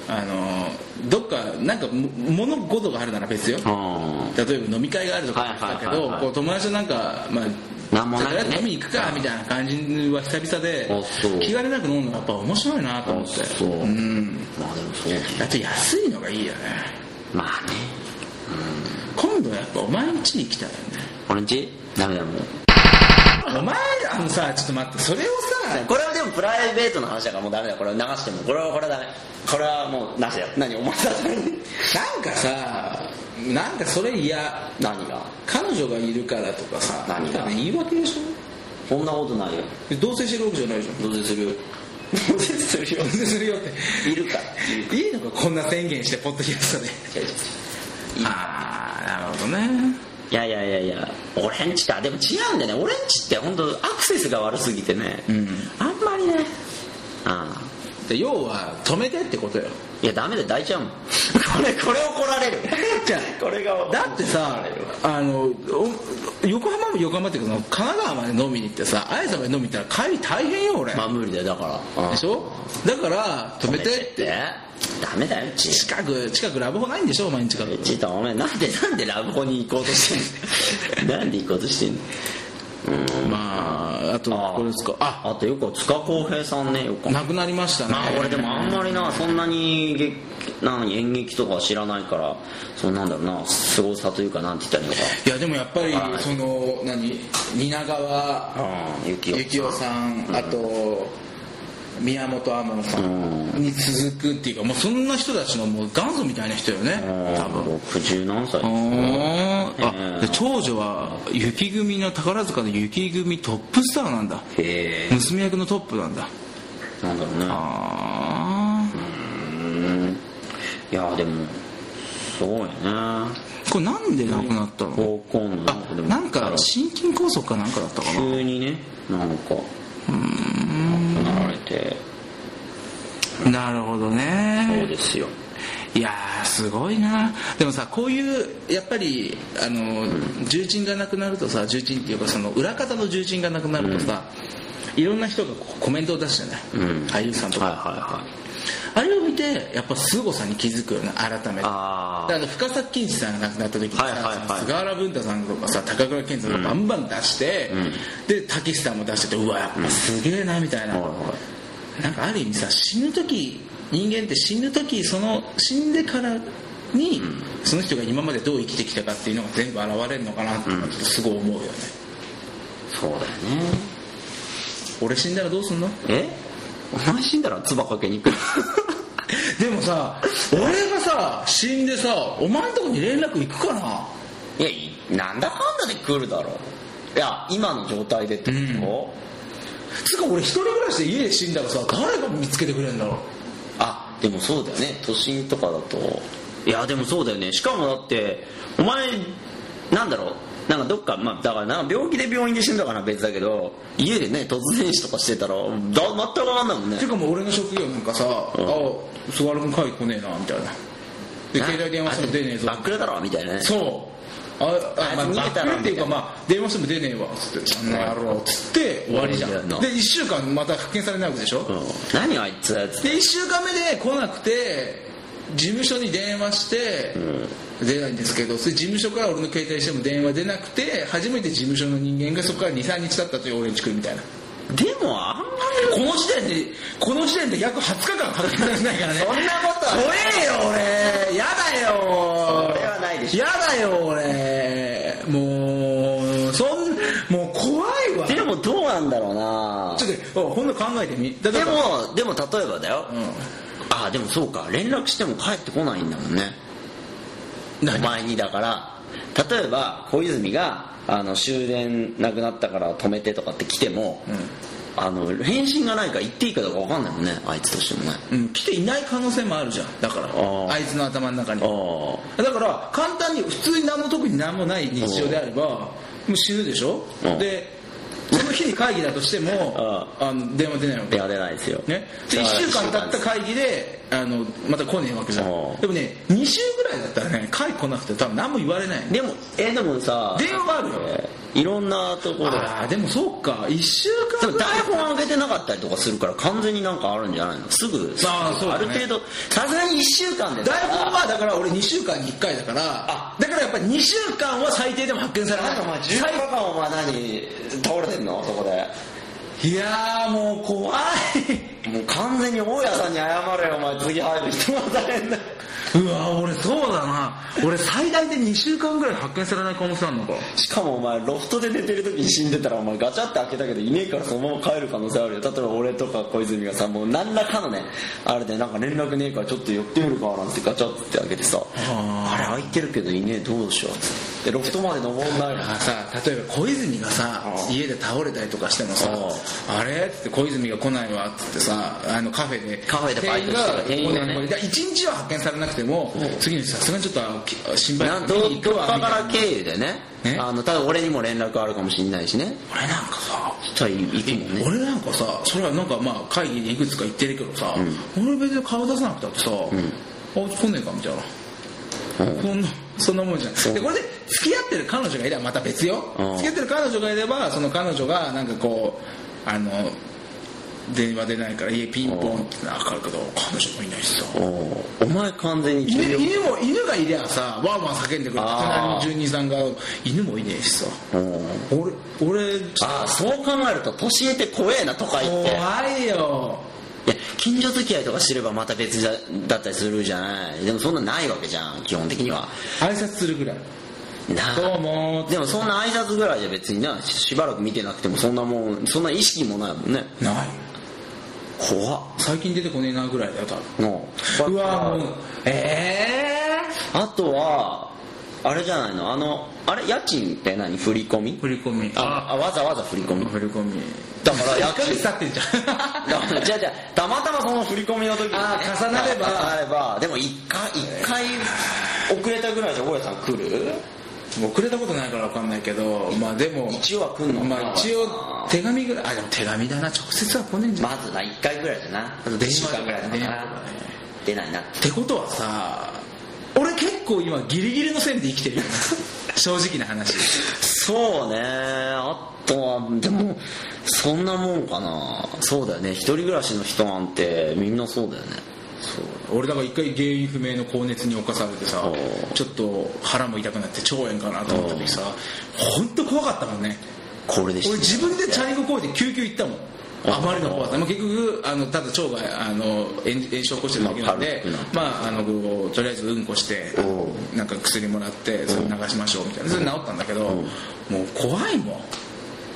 [SPEAKER 1] あのどっかなんかも物事があるなら別よ
[SPEAKER 2] あ
[SPEAKER 1] 例えば飲み会があるとかだけ
[SPEAKER 2] はいはいはい
[SPEAKER 1] ど
[SPEAKER 2] はい
[SPEAKER 1] こう友達となんかまあ
[SPEAKER 2] なんもなくね
[SPEAKER 1] とりあえず飲みに行くかみたいな感じは久々で
[SPEAKER 2] あそう
[SPEAKER 1] 気兼ねなく飲むのがやっぱ面白いなと思って
[SPEAKER 2] あそうんあまあでもそうね
[SPEAKER 1] だって安いのがいいよね
[SPEAKER 2] まあね
[SPEAKER 1] 今度はやっぱお前ん家に来た
[SPEAKER 2] *laughs*
[SPEAKER 1] よね
[SPEAKER 2] 俺んちダメだもう
[SPEAKER 1] お前あのさちょっと待ってそれをさ
[SPEAKER 2] これはでもプライベートの話だからもうダメだこれ流してもこれはこれはダメこれはもうなしだよ何お前だ
[SPEAKER 1] なんかさなんかそれ嫌
[SPEAKER 2] 何が
[SPEAKER 1] 彼女がいるからとかさ
[SPEAKER 2] 何が
[SPEAKER 1] 言い訳でし
[SPEAKER 2] そんなことないよ
[SPEAKER 1] ょ同棲してるわけじゃないじゃん
[SPEAKER 2] 同棲する同棲するよ
[SPEAKER 1] 同棲するよって
[SPEAKER 2] いるからいる
[SPEAKER 1] いいのかこんな宣言してポッドキャストで
[SPEAKER 2] 違う違う違ういる
[SPEAKER 1] ああなるほどね
[SPEAKER 2] いやいやいやいや俺んちかでも違うんだよね俺んちって本当アクセスが悪すぎてね、
[SPEAKER 1] ん
[SPEAKER 2] あんまりねああ
[SPEAKER 1] で要は止めてってことよ
[SPEAKER 2] いやダメだよ抱いちゃうもんこれこれ怒られる
[SPEAKER 1] じゃ
[SPEAKER 2] これが
[SPEAKER 1] あだってさあのお横浜も横浜っていうかその神奈川まで飲みに行ってさあやさんまで飲みに行ったら帰り大変よ俺、
[SPEAKER 2] まあ無理だよだから
[SPEAKER 1] でしょだから止めてって
[SPEAKER 2] ダメだようち
[SPEAKER 1] 近く近くラブホないんでしょお前ん近く
[SPEAKER 2] ちょっとお前なんでなんでラブホに行こうとしてんの *laughs* なんで行こうとしてんの
[SPEAKER 1] まああとこれですかあ
[SPEAKER 2] あとよく塚浩平さんねよく
[SPEAKER 1] なくなりましたね
[SPEAKER 2] まあ俺でもあんまりなそんなに劇なん演劇とかは知らないからそうなんだろうな凄さというかなんて言ったらいいのか
[SPEAKER 1] いやでもやっぱり
[SPEAKER 2] はい
[SPEAKER 1] その何蜷川
[SPEAKER 2] うん雪
[SPEAKER 1] 幸
[SPEAKER 2] き
[SPEAKER 1] 雄さんあと宮本亞門さんに続くっていうかもうそんな人たちのもう元祖みたいな人よね多分
[SPEAKER 2] 60何歳
[SPEAKER 1] あーあ
[SPEAKER 2] うん
[SPEAKER 1] でで長女は雪組の宝塚の雪組トップスターなんだ
[SPEAKER 2] へえ
[SPEAKER 1] 娘役のトップなんだ
[SPEAKER 2] なんだろうね
[SPEAKER 1] ああ
[SPEAKER 2] うんいやでもすごいね
[SPEAKER 1] これなんで亡くなったの
[SPEAKER 2] 高校の
[SPEAKER 1] あ
[SPEAKER 2] でも
[SPEAKER 1] なんか心筋梗塞かなんかだったかな
[SPEAKER 2] 急にねなんか亡くなられて
[SPEAKER 1] なるほど
[SPEAKER 2] そう
[SPEAKER 1] ね
[SPEAKER 2] ですよ
[SPEAKER 1] いやーすごいなでもさこういうやっぱりあの、重鎮がなくなるとさ重鎮っていうかその裏方の重鎮がなくなるとさ、いろんな人がこうコメントを出してね、
[SPEAKER 2] うん
[SPEAKER 1] 俳優さんとか、
[SPEAKER 2] はいはいはい
[SPEAKER 1] あれを見てやっぱ凄さに気づくよね改めて
[SPEAKER 2] あー
[SPEAKER 1] だから深作健二さんが亡くなった時にさ、
[SPEAKER 2] はいはいはい
[SPEAKER 1] 菅原文太さんとかさ高倉健さんとかバンバン出して、で竹下も出しててうわやっぱすげえなみたいな、
[SPEAKER 2] はいは
[SPEAKER 1] なんかある意味さ死ぬ時人間って死ぬ時その死んでからに、その人が今までどう生きてきたかっていうのが全部現れるのかなってのはちょっとすごい思うよね、
[SPEAKER 2] いそうだよね
[SPEAKER 1] 俺死んだらどうすんの
[SPEAKER 2] えお前死んだら唾かけに行く
[SPEAKER 1] でもさ俺がさ死んでさお前んとこに連絡行くかない
[SPEAKER 2] やいなんだかんだで来るだろいや今の状態でってこと、
[SPEAKER 1] つうか俺一人暮らしで家で死んだらさ誰が見つけてくれるんだろう
[SPEAKER 2] あでもそうだよね都心とかだといやでもそうだよねしかもだってお前なんだろうなんかどっかまあだからな病気で病院で死んだから別だけど家でね突然死とかしてたらだ全く分かんないもんね
[SPEAKER 1] ていうかもう俺の職業なんかさ「
[SPEAKER 2] うん
[SPEAKER 1] あ菅原君会来ねえな」みたいなで携帯電話しても出ねえぞ
[SPEAKER 2] バックラだろみたいなね
[SPEAKER 1] そうああ、まあ、
[SPEAKER 2] あいつ逃げ
[SPEAKER 1] バ
[SPEAKER 2] た
[SPEAKER 1] ッ
[SPEAKER 2] ら
[SPEAKER 1] クっていうか、まあ、電話しても出ねえわつって「あんな野郎」つって終わりじゃ
[SPEAKER 2] 終わ
[SPEAKER 1] ん
[SPEAKER 2] りだ
[SPEAKER 1] で
[SPEAKER 2] よな
[SPEAKER 1] 1週間また発見されないわけでしょ、
[SPEAKER 2] うん何あいつつって
[SPEAKER 1] で1週間目で来なくて事務所に電話して、出ないんですけどそれ事務所から俺の携帯しても電話出なくて初めて事務所の人間がそこから23日経ったという俺に来るみたいな
[SPEAKER 2] でもあんま
[SPEAKER 1] こ
[SPEAKER 2] り
[SPEAKER 1] の時点でこの時点で約20日間働かれないからね
[SPEAKER 2] そんなことは
[SPEAKER 1] 怖えよ俺やだよ
[SPEAKER 2] それはないでし
[SPEAKER 1] やだよ俺もうそんもう怖いわ
[SPEAKER 2] でもどうなんだろうな
[SPEAKER 1] ちょっとほんの考えてみだ
[SPEAKER 2] でもでも例えばだよ、
[SPEAKER 1] う
[SPEAKER 2] ああでもそうか連絡しても帰ってこないんだもんね
[SPEAKER 1] 何
[SPEAKER 2] お前にだから例えば小泉があの終電なくなったから止めてとかって来ても、あの返信がないから行っていいかどうか分かんないもんねあいつとしてもね
[SPEAKER 1] ん、うん、来ていない可能性もあるじゃんだから
[SPEAKER 2] ー
[SPEAKER 1] あいつの頭の中に
[SPEAKER 2] あ
[SPEAKER 1] だから簡単に普通に何も特に何もない日常であればもう死ぬでしょ
[SPEAKER 2] うん
[SPEAKER 1] でその日に会議だとしてもあの電話出ないわ
[SPEAKER 2] あ
[SPEAKER 1] け
[SPEAKER 2] 電話出ないですよ
[SPEAKER 1] ね、で1週間経った会議であのまた来ねえわけじゃん
[SPEAKER 2] うん
[SPEAKER 1] でもね2週ぐらいだったらね会来なくて多分何も言われない
[SPEAKER 2] でもえでもさ
[SPEAKER 1] 電話あるよ
[SPEAKER 2] えーいろんなところ
[SPEAKER 1] ああでもそうか1週
[SPEAKER 2] で
[SPEAKER 1] 間
[SPEAKER 2] も
[SPEAKER 1] ぐらい
[SPEAKER 2] 台本上げてなかったりとかするから完全になんかあるんじゃないのすぐ
[SPEAKER 1] あーそうだね
[SPEAKER 2] る程度さすがに1週間で
[SPEAKER 1] 台本はだから俺2週間に1回だから
[SPEAKER 2] あ
[SPEAKER 1] だからやっぱり2週間は最低でも発見され
[SPEAKER 2] なんかお前
[SPEAKER 1] な
[SPEAKER 2] 10間お前何倒れてんのそこで
[SPEAKER 1] いいやーもう怖い
[SPEAKER 2] もう完全に大家さんに謝れよお前次入る人も大変だ
[SPEAKER 1] うわ俺そうだな俺最大で2週間ぐらい発見されない可能性あるのか
[SPEAKER 2] *laughs* しかもお前ロフトで寝てる時に死んでたらお前ガチャって開けたけどいねえからそのまま帰る可能性あるよ例えば俺とか小泉がさもう何らかのねあれでなんか連絡ねえからちょっと寄ってみるかなんてガチャって開けてさ
[SPEAKER 1] あ
[SPEAKER 2] あれ開いてるけどいねえどうしようでロフトまで登んないの
[SPEAKER 1] あさ例えば小泉がさ
[SPEAKER 2] うん
[SPEAKER 1] 家で倒れたりとかしてもさ「あれ?」っつって「小泉が来ないわ」っつってさあのカフェで
[SPEAKER 2] カフェでバイトしてた
[SPEAKER 1] 店員が
[SPEAKER 2] 店員がね
[SPEAKER 1] これだから一日は発見されなくても次の日さすがにちょっとあのき心配
[SPEAKER 2] なん
[SPEAKER 1] だ
[SPEAKER 2] ど
[SPEAKER 1] から見に
[SPEAKER 2] っ
[SPEAKER 1] 行くわ
[SPEAKER 2] か
[SPEAKER 1] みた
[SPEAKER 2] か
[SPEAKER 1] いな
[SPEAKER 2] ら経由でね
[SPEAKER 1] ね
[SPEAKER 2] あのただ俺にも連絡あるかもしれないしね
[SPEAKER 1] 俺なんかさ
[SPEAKER 2] じゃあ行くもんね
[SPEAKER 1] 俺なんかさそれはなんかまあ会議でいくつか行ってるけどさ、俺別に顔出さなくたってさ、あ来ねえかみたいな。そんなそんなもんじゃんでこれで付き合ってる彼女がいればまた別よ
[SPEAKER 2] うん
[SPEAKER 1] 付き合ってる彼女がいればその彼女がなんかこうあの電話出ないから家ピンポンってなるけど彼女もいないしさ
[SPEAKER 2] お前完全に
[SPEAKER 1] 犬犬も犬がいりゃさワンワン叫んでくる
[SPEAKER 2] あー
[SPEAKER 1] 隣の住人さんが犬もいねえしさ俺俺
[SPEAKER 2] ああそう考えると年得て怖えな都会っていや
[SPEAKER 1] 怖いよ
[SPEAKER 2] 近所付き合いとかしてればまた別じゃだったりするじゃないでもそんなないわけじゃん基本的には
[SPEAKER 1] 挨拶するぐらい
[SPEAKER 2] なあ
[SPEAKER 1] どうもー
[SPEAKER 2] でもそんな挨拶ぐらいじゃ別になししばらく見てなくてもそんなもんそんな意識もないもんね
[SPEAKER 1] ない
[SPEAKER 2] 怖っ
[SPEAKER 1] 最近出てこねえなぐらいだよ多
[SPEAKER 2] の
[SPEAKER 1] 分うわもうええ
[SPEAKER 2] あとはあれじゃないのあのあれ家賃って何振り込み
[SPEAKER 1] 振り込み
[SPEAKER 2] ああわざわざ振り込み
[SPEAKER 1] 振り込み
[SPEAKER 2] だから
[SPEAKER 1] 1
[SPEAKER 2] 家
[SPEAKER 1] ヶ
[SPEAKER 2] 賃
[SPEAKER 1] 月経ってんじゃん
[SPEAKER 2] だから *laughs* じゃあじゃあたまたまその振り込みの時に、ね、
[SPEAKER 1] あー重なれば
[SPEAKER 2] 重なればでも一回一回遅れたぐらいじゃ大家さん来る
[SPEAKER 1] 遅れたことないから分かんないけどまあでも
[SPEAKER 2] 一応は来んのか
[SPEAKER 1] まあ一応手紙ぐらいあでも手紙だな直接は来ねえんじゃん、
[SPEAKER 2] まずな一回ぐらいじゃなあと
[SPEAKER 1] 電
[SPEAKER 2] 電
[SPEAKER 1] 話
[SPEAKER 2] 話ぐらいだか
[SPEAKER 1] 電話
[SPEAKER 2] な
[SPEAKER 1] とかね
[SPEAKER 2] 出ないな
[SPEAKER 1] ってことはさ俺結構今ギリギリの線で生きてるよね正直な話
[SPEAKER 2] そうねあとはでもそんなもんかなそうだよね一人暮らしの人なんてみんなそうだよね
[SPEAKER 1] 俺だから一回原因不明の高熱に侵されてさ
[SPEAKER 2] おー
[SPEAKER 1] ちょっと腹も痛くなって腸炎かなと思った時さ本当怖かったもんね
[SPEAKER 2] これでした
[SPEAKER 1] 俺自分でチャリンコこいで救急行ったもんあまりの怖さ、まあ、結局あのただ腸があの炎炎症を起こしてるだけなんで
[SPEAKER 2] ま
[SPEAKER 1] ま
[SPEAKER 2] あ軽く、
[SPEAKER 1] あ、あのこうとりあえずうんこして
[SPEAKER 2] お
[SPEAKER 1] なんか薬もらってそれ流しましょうみたいなそれで治ったんだけどもう怖いもん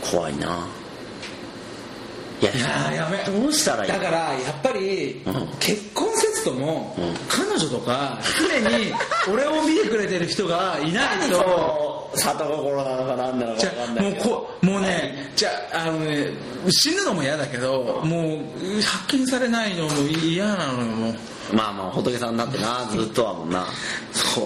[SPEAKER 2] 怖いないや
[SPEAKER 1] いやーやめ
[SPEAKER 2] どうしたらいい
[SPEAKER 1] だからやっぱり
[SPEAKER 2] うん
[SPEAKER 1] 結婚せずとも
[SPEAKER 2] ん
[SPEAKER 1] 彼女とか常に俺を見てくれてる人がいない
[SPEAKER 2] そ
[SPEAKER 1] と
[SPEAKER 2] の里心なのか何なのか
[SPEAKER 1] じゃ
[SPEAKER 2] 分かん
[SPEAKER 1] あ
[SPEAKER 2] な
[SPEAKER 1] もう
[SPEAKER 2] いけど
[SPEAKER 1] こもうねじゃああのね死ぬのも嫌だけどもう発見されないのも嫌なのよもう
[SPEAKER 2] まあまあ仏さんだってなずっとはもんな
[SPEAKER 1] そう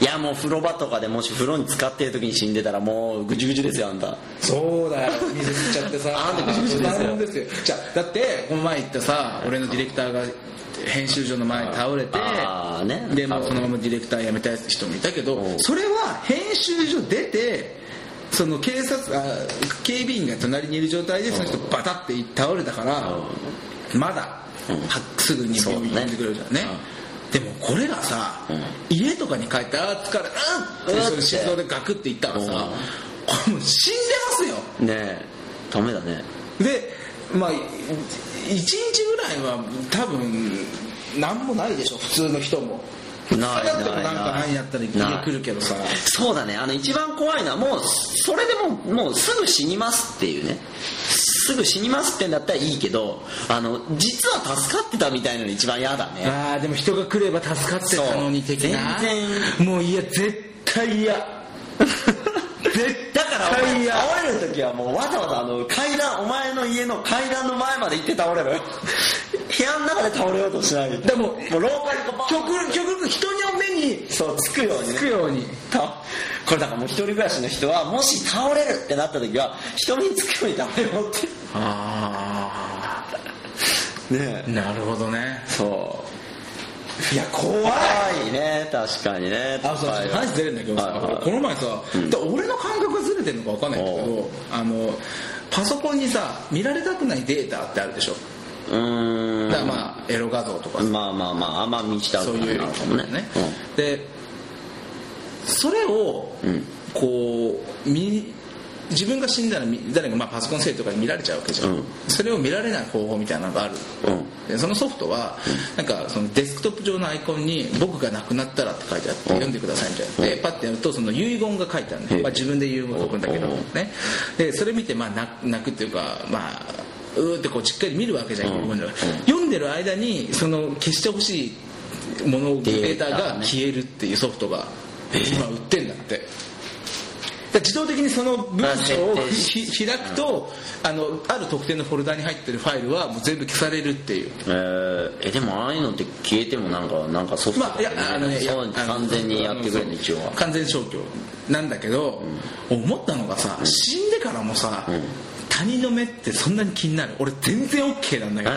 [SPEAKER 2] いやもう風呂場とかでもし風呂に浸かってる時に死んでたらもうぐちゅぐちゅですよあんた
[SPEAKER 1] そうだよ水吸っちゃってさ
[SPEAKER 2] あんたぐちぐちですよ
[SPEAKER 1] 大変ですよじゃあだってこの前言ったさ俺のディレクターが編集所の前に倒れて
[SPEAKER 2] あーね
[SPEAKER 1] でもうそのままディレクター辞めた人もいたけ
[SPEAKER 2] う
[SPEAKER 1] ど
[SPEAKER 2] ん
[SPEAKER 1] それは編集所出てその警察あ警備員が隣にいる状態でその人バタって倒れたからまだ
[SPEAKER 2] うん
[SPEAKER 1] はすぐに病院
[SPEAKER 2] そうね
[SPEAKER 1] 呼んでくれるじゃんねでもこれがさ、
[SPEAKER 2] うん
[SPEAKER 1] 家とかに帰ってあー疲れうんって
[SPEAKER 2] うわ
[SPEAKER 1] そ
[SPEAKER 2] って
[SPEAKER 1] の心臓でガクっていったらさ、
[SPEAKER 2] うん
[SPEAKER 1] これもう死んでますよ
[SPEAKER 2] ねえダメだね
[SPEAKER 1] でまあ1日ぐらいは多分何もないでしょ普通の人も普
[SPEAKER 2] ない
[SPEAKER 1] 通だっても
[SPEAKER 2] ない
[SPEAKER 1] なんか
[SPEAKER 2] ない
[SPEAKER 1] 何やったら家
[SPEAKER 2] ない
[SPEAKER 1] 来るけどさ
[SPEAKER 2] そうだねあの一番怖いのはもうそれでももうすぐ死にますっていうねすぐ死にますってんだったらいいけどあの実は助かってたみたいなの一番嫌だね
[SPEAKER 1] あーでも人が来れば助かってたのに的な
[SPEAKER 2] そう
[SPEAKER 1] もういや絶対嫌
[SPEAKER 2] *laughs*
[SPEAKER 1] 絶
[SPEAKER 2] だから
[SPEAKER 1] 対
[SPEAKER 2] 俺
[SPEAKER 1] 嫌
[SPEAKER 2] 倒れる時はもうわざわざあの階段お前の家の階段の前まで行って倒れる部屋の中で倒れようとしないで
[SPEAKER 1] でも
[SPEAKER 2] もう廊下にこうバーン
[SPEAKER 1] 極力極力人の目に
[SPEAKER 2] そうつくように
[SPEAKER 1] つ
[SPEAKER 2] ね
[SPEAKER 1] くように
[SPEAKER 2] たこれだからもう一人暮らしの人はもし倒れるってなった時は人につくように倒れようって
[SPEAKER 1] あ
[SPEAKER 2] ね
[SPEAKER 1] あなるほどね
[SPEAKER 2] そういや怖いね確かにね
[SPEAKER 1] あそう
[SPEAKER 2] 怖いわ
[SPEAKER 1] 話ずれるんだけど
[SPEAKER 2] はい
[SPEAKER 1] さ
[SPEAKER 2] はい
[SPEAKER 1] この前さ、だ俺の感覚がずれてるのか分かんないんだけ
[SPEAKER 2] お
[SPEAKER 1] どあのパソコンにさ見られたくないデータってあるでしょ
[SPEAKER 2] うーん
[SPEAKER 1] だからまあエロ画像とかさ
[SPEAKER 2] まあまあまああんま見ちゃう
[SPEAKER 1] そう
[SPEAKER 2] とか
[SPEAKER 1] いう
[SPEAKER 2] なるかもね
[SPEAKER 1] ね、でそれを
[SPEAKER 2] うん
[SPEAKER 1] こう見自分が死んだらみ誰か、まあ、パソコン生とかに見られちゃうわけじゃん、
[SPEAKER 2] うん
[SPEAKER 1] それを見られない方法みたいなのがある
[SPEAKER 2] うんうん
[SPEAKER 1] でそのソフトはなんかそのデスクトップ上のアイコンに「僕が亡くなったら」って書いてあって読んでくださいみたいなでパッてやるとその遺言が書いてあるんで、
[SPEAKER 2] へえ
[SPEAKER 1] まあ、自分で遺言を書くんだけど
[SPEAKER 2] おうおう
[SPEAKER 1] ねでそれ見てまあ泣泣くっていうかまあうーってこうじっくり見るわけじゃん、
[SPEAKER 2] うん
[SPEAKER 1] 読んでる読んでる間にその消してほしいものデータが消えるっていうソフトが今売ってんだって。だから自動的にその文章を
[SPEAKER 2] あ設
[SPEAKER 1] ひひ開くと、あのある特定のフォルダに入ってるファイルはもう全部消されるっていう
[SPEAKER 2] えーえでもああいうのって消えてもなんかなんかソフト
[SPEAKER 1] まあいや
[SPEAKER 2] とかね
[SPEAKER 1] あのねいや
[SPEAKER 2] そう
[SPEAKER 1] あの
[SPEAKER 2] 完全にやってくれる一応は
[SPEAKER 1] 完全消去なんだけど、思ったのがさ死んでからもさ、
[SPEAKER 2] ん
[SPEAKER 1] 他人の目ってそんなに気になる俺全然 OK なんだけど
[SPEAKER 2] あ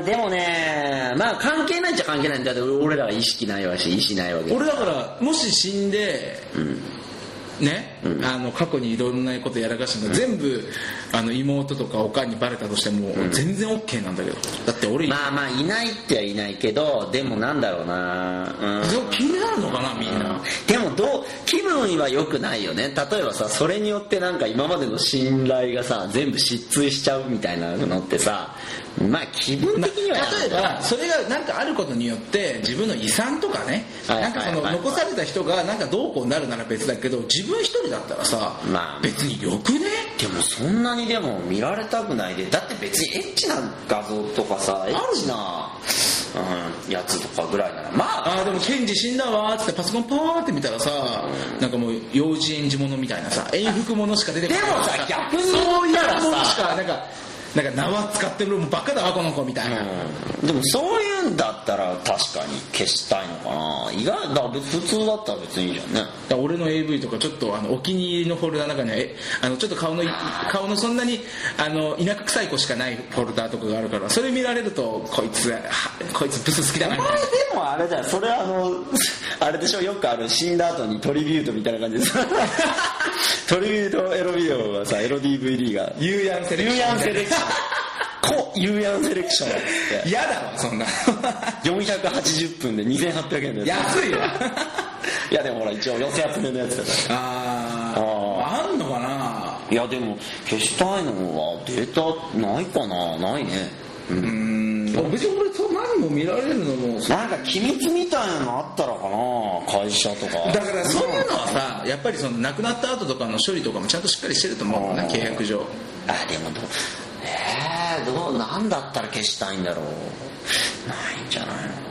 [SPEAKER 2] ーでもねまあ関係ないっちゃ関係ないんだけど俺らは意識ないわし意思ないわけ
[SPEAKER 1] 俺だからもし死んで、ね、あの過去にいろんなことやらかしたの、全部あの妹とかおかんにバレたとしても、全然 OK なんだけどだって俺、
[SPEAKER 2] まあまあいないってはいないけどでもなんだろうなうん
[SPEAKER 1] そう気になるのかなみんな、
[SPEAKER 2] でもどう気分は良くないよね例えばさそれによってなんか今までの信頼がさ全部失墜しちゃうみたいなのってさまあ気分
[SPEAKER 1] ま
[SPEAKER 2] 的には
[SPEAKER 1] あ例えばそれが何かあることによって自分の遺産とかね
[SPEAKER 2] はい
[SPEAKER 1] なんかその
[SPEAKER 2] はいはい
[SPEAKER 1] 残された人がなんかどうこうなるなら別だけど自分一人だったらさ
[SPEAKER 2] まあ
[SPEAKER 1] 別によくね
[SPEAKER 2] でもそんなにでも見られたくないでだって別にエッチな画像とかさエッチなうん、やつとかぐらいならまあ
[SPEAKER 1] ああでもケンジ死んだわーっつってパソコンパーって見たらさなんかもう幼稚園児ものみたいな
[SPEAKER 2] *laughs*
[SPEAKER 1] さ永福ものしか出てこない
[SPEAKER 2] でもさ逆に
[SPEAKER 1] そうい
[SPEAKER 2] 言った
[SPEAKER 1] う
[SPEAKER 2] らさ
[SPEAKER 1] ものしかなんかなんか縄使ってるもバカだわこの子みたいな、
[SPEAKER 2] うんでもそういうんだったら確かに消したいのかな意外だ別普通だったら別にいいじゃんね
[SPEAKER 1] だから俺の AV とかちょっとあのお気に入りのフォルダの中にはえあのちょっと顔のい顔のそんなにあの田舎臭い子しかないフォルダとかがあるからそれ見られるとこいつはこいつブス好きだなみ
[SPEAKER 2] お
[SPEAKER 1] たい
[SPEAKER 2] 前でもあれだよそれあの *laughs* あれでしょよくある死んだ後にトリビュートみたいな感じで *laughs* さトリビュートエロビデオがさエロ DVD が
[SPEAKER 1] なユーヤンセレ
[SPEAKER 2] ユ
[SPEAKER 1] ク
[SPEAKER 2] ー
[SPEAKER 1] ショ
[SPEAKER 2] ヤ
[SPEAKER 1] ン
[SPEAKER 2] ン
[SPEAKER 1] みた
[SPEAKER 2] セ
[SPEAKER 1] いな
[SPEAKER 2] レクシ *laughs* ョンこうユーヤンセレクションだっ
[SPEAKER 1] 嫌だわそんな
[SPEAKER 2] て480分で2800円で
[SPEAKER 1] 安いわ
[SPEAKER 2] いやでもほら一応寄せ集めのやつだか
[SPEAKER 1] あ
[SPEAKER 2] あ
[SPEAKER 1] ああんのかな
[SPEAKER 2] らいやでも消したいのはデータないかなないね
[SPEAKER 1] うん別に俺そう何も見られるのも
[SPEAKER 2] なんか機密みたいなのあったらかな会社とか
[SPEAKER 1] だからそういうのはさやっぱりその亡くなった後とかの処理とかもちゃんとしっかりしてると思うもんね
[SPEAKER 2] あー
[SPEAKER 1] 契約上
[SPEAKER 2] あでもどうえー、どうなんだったら消したいんだろうないんじゃないの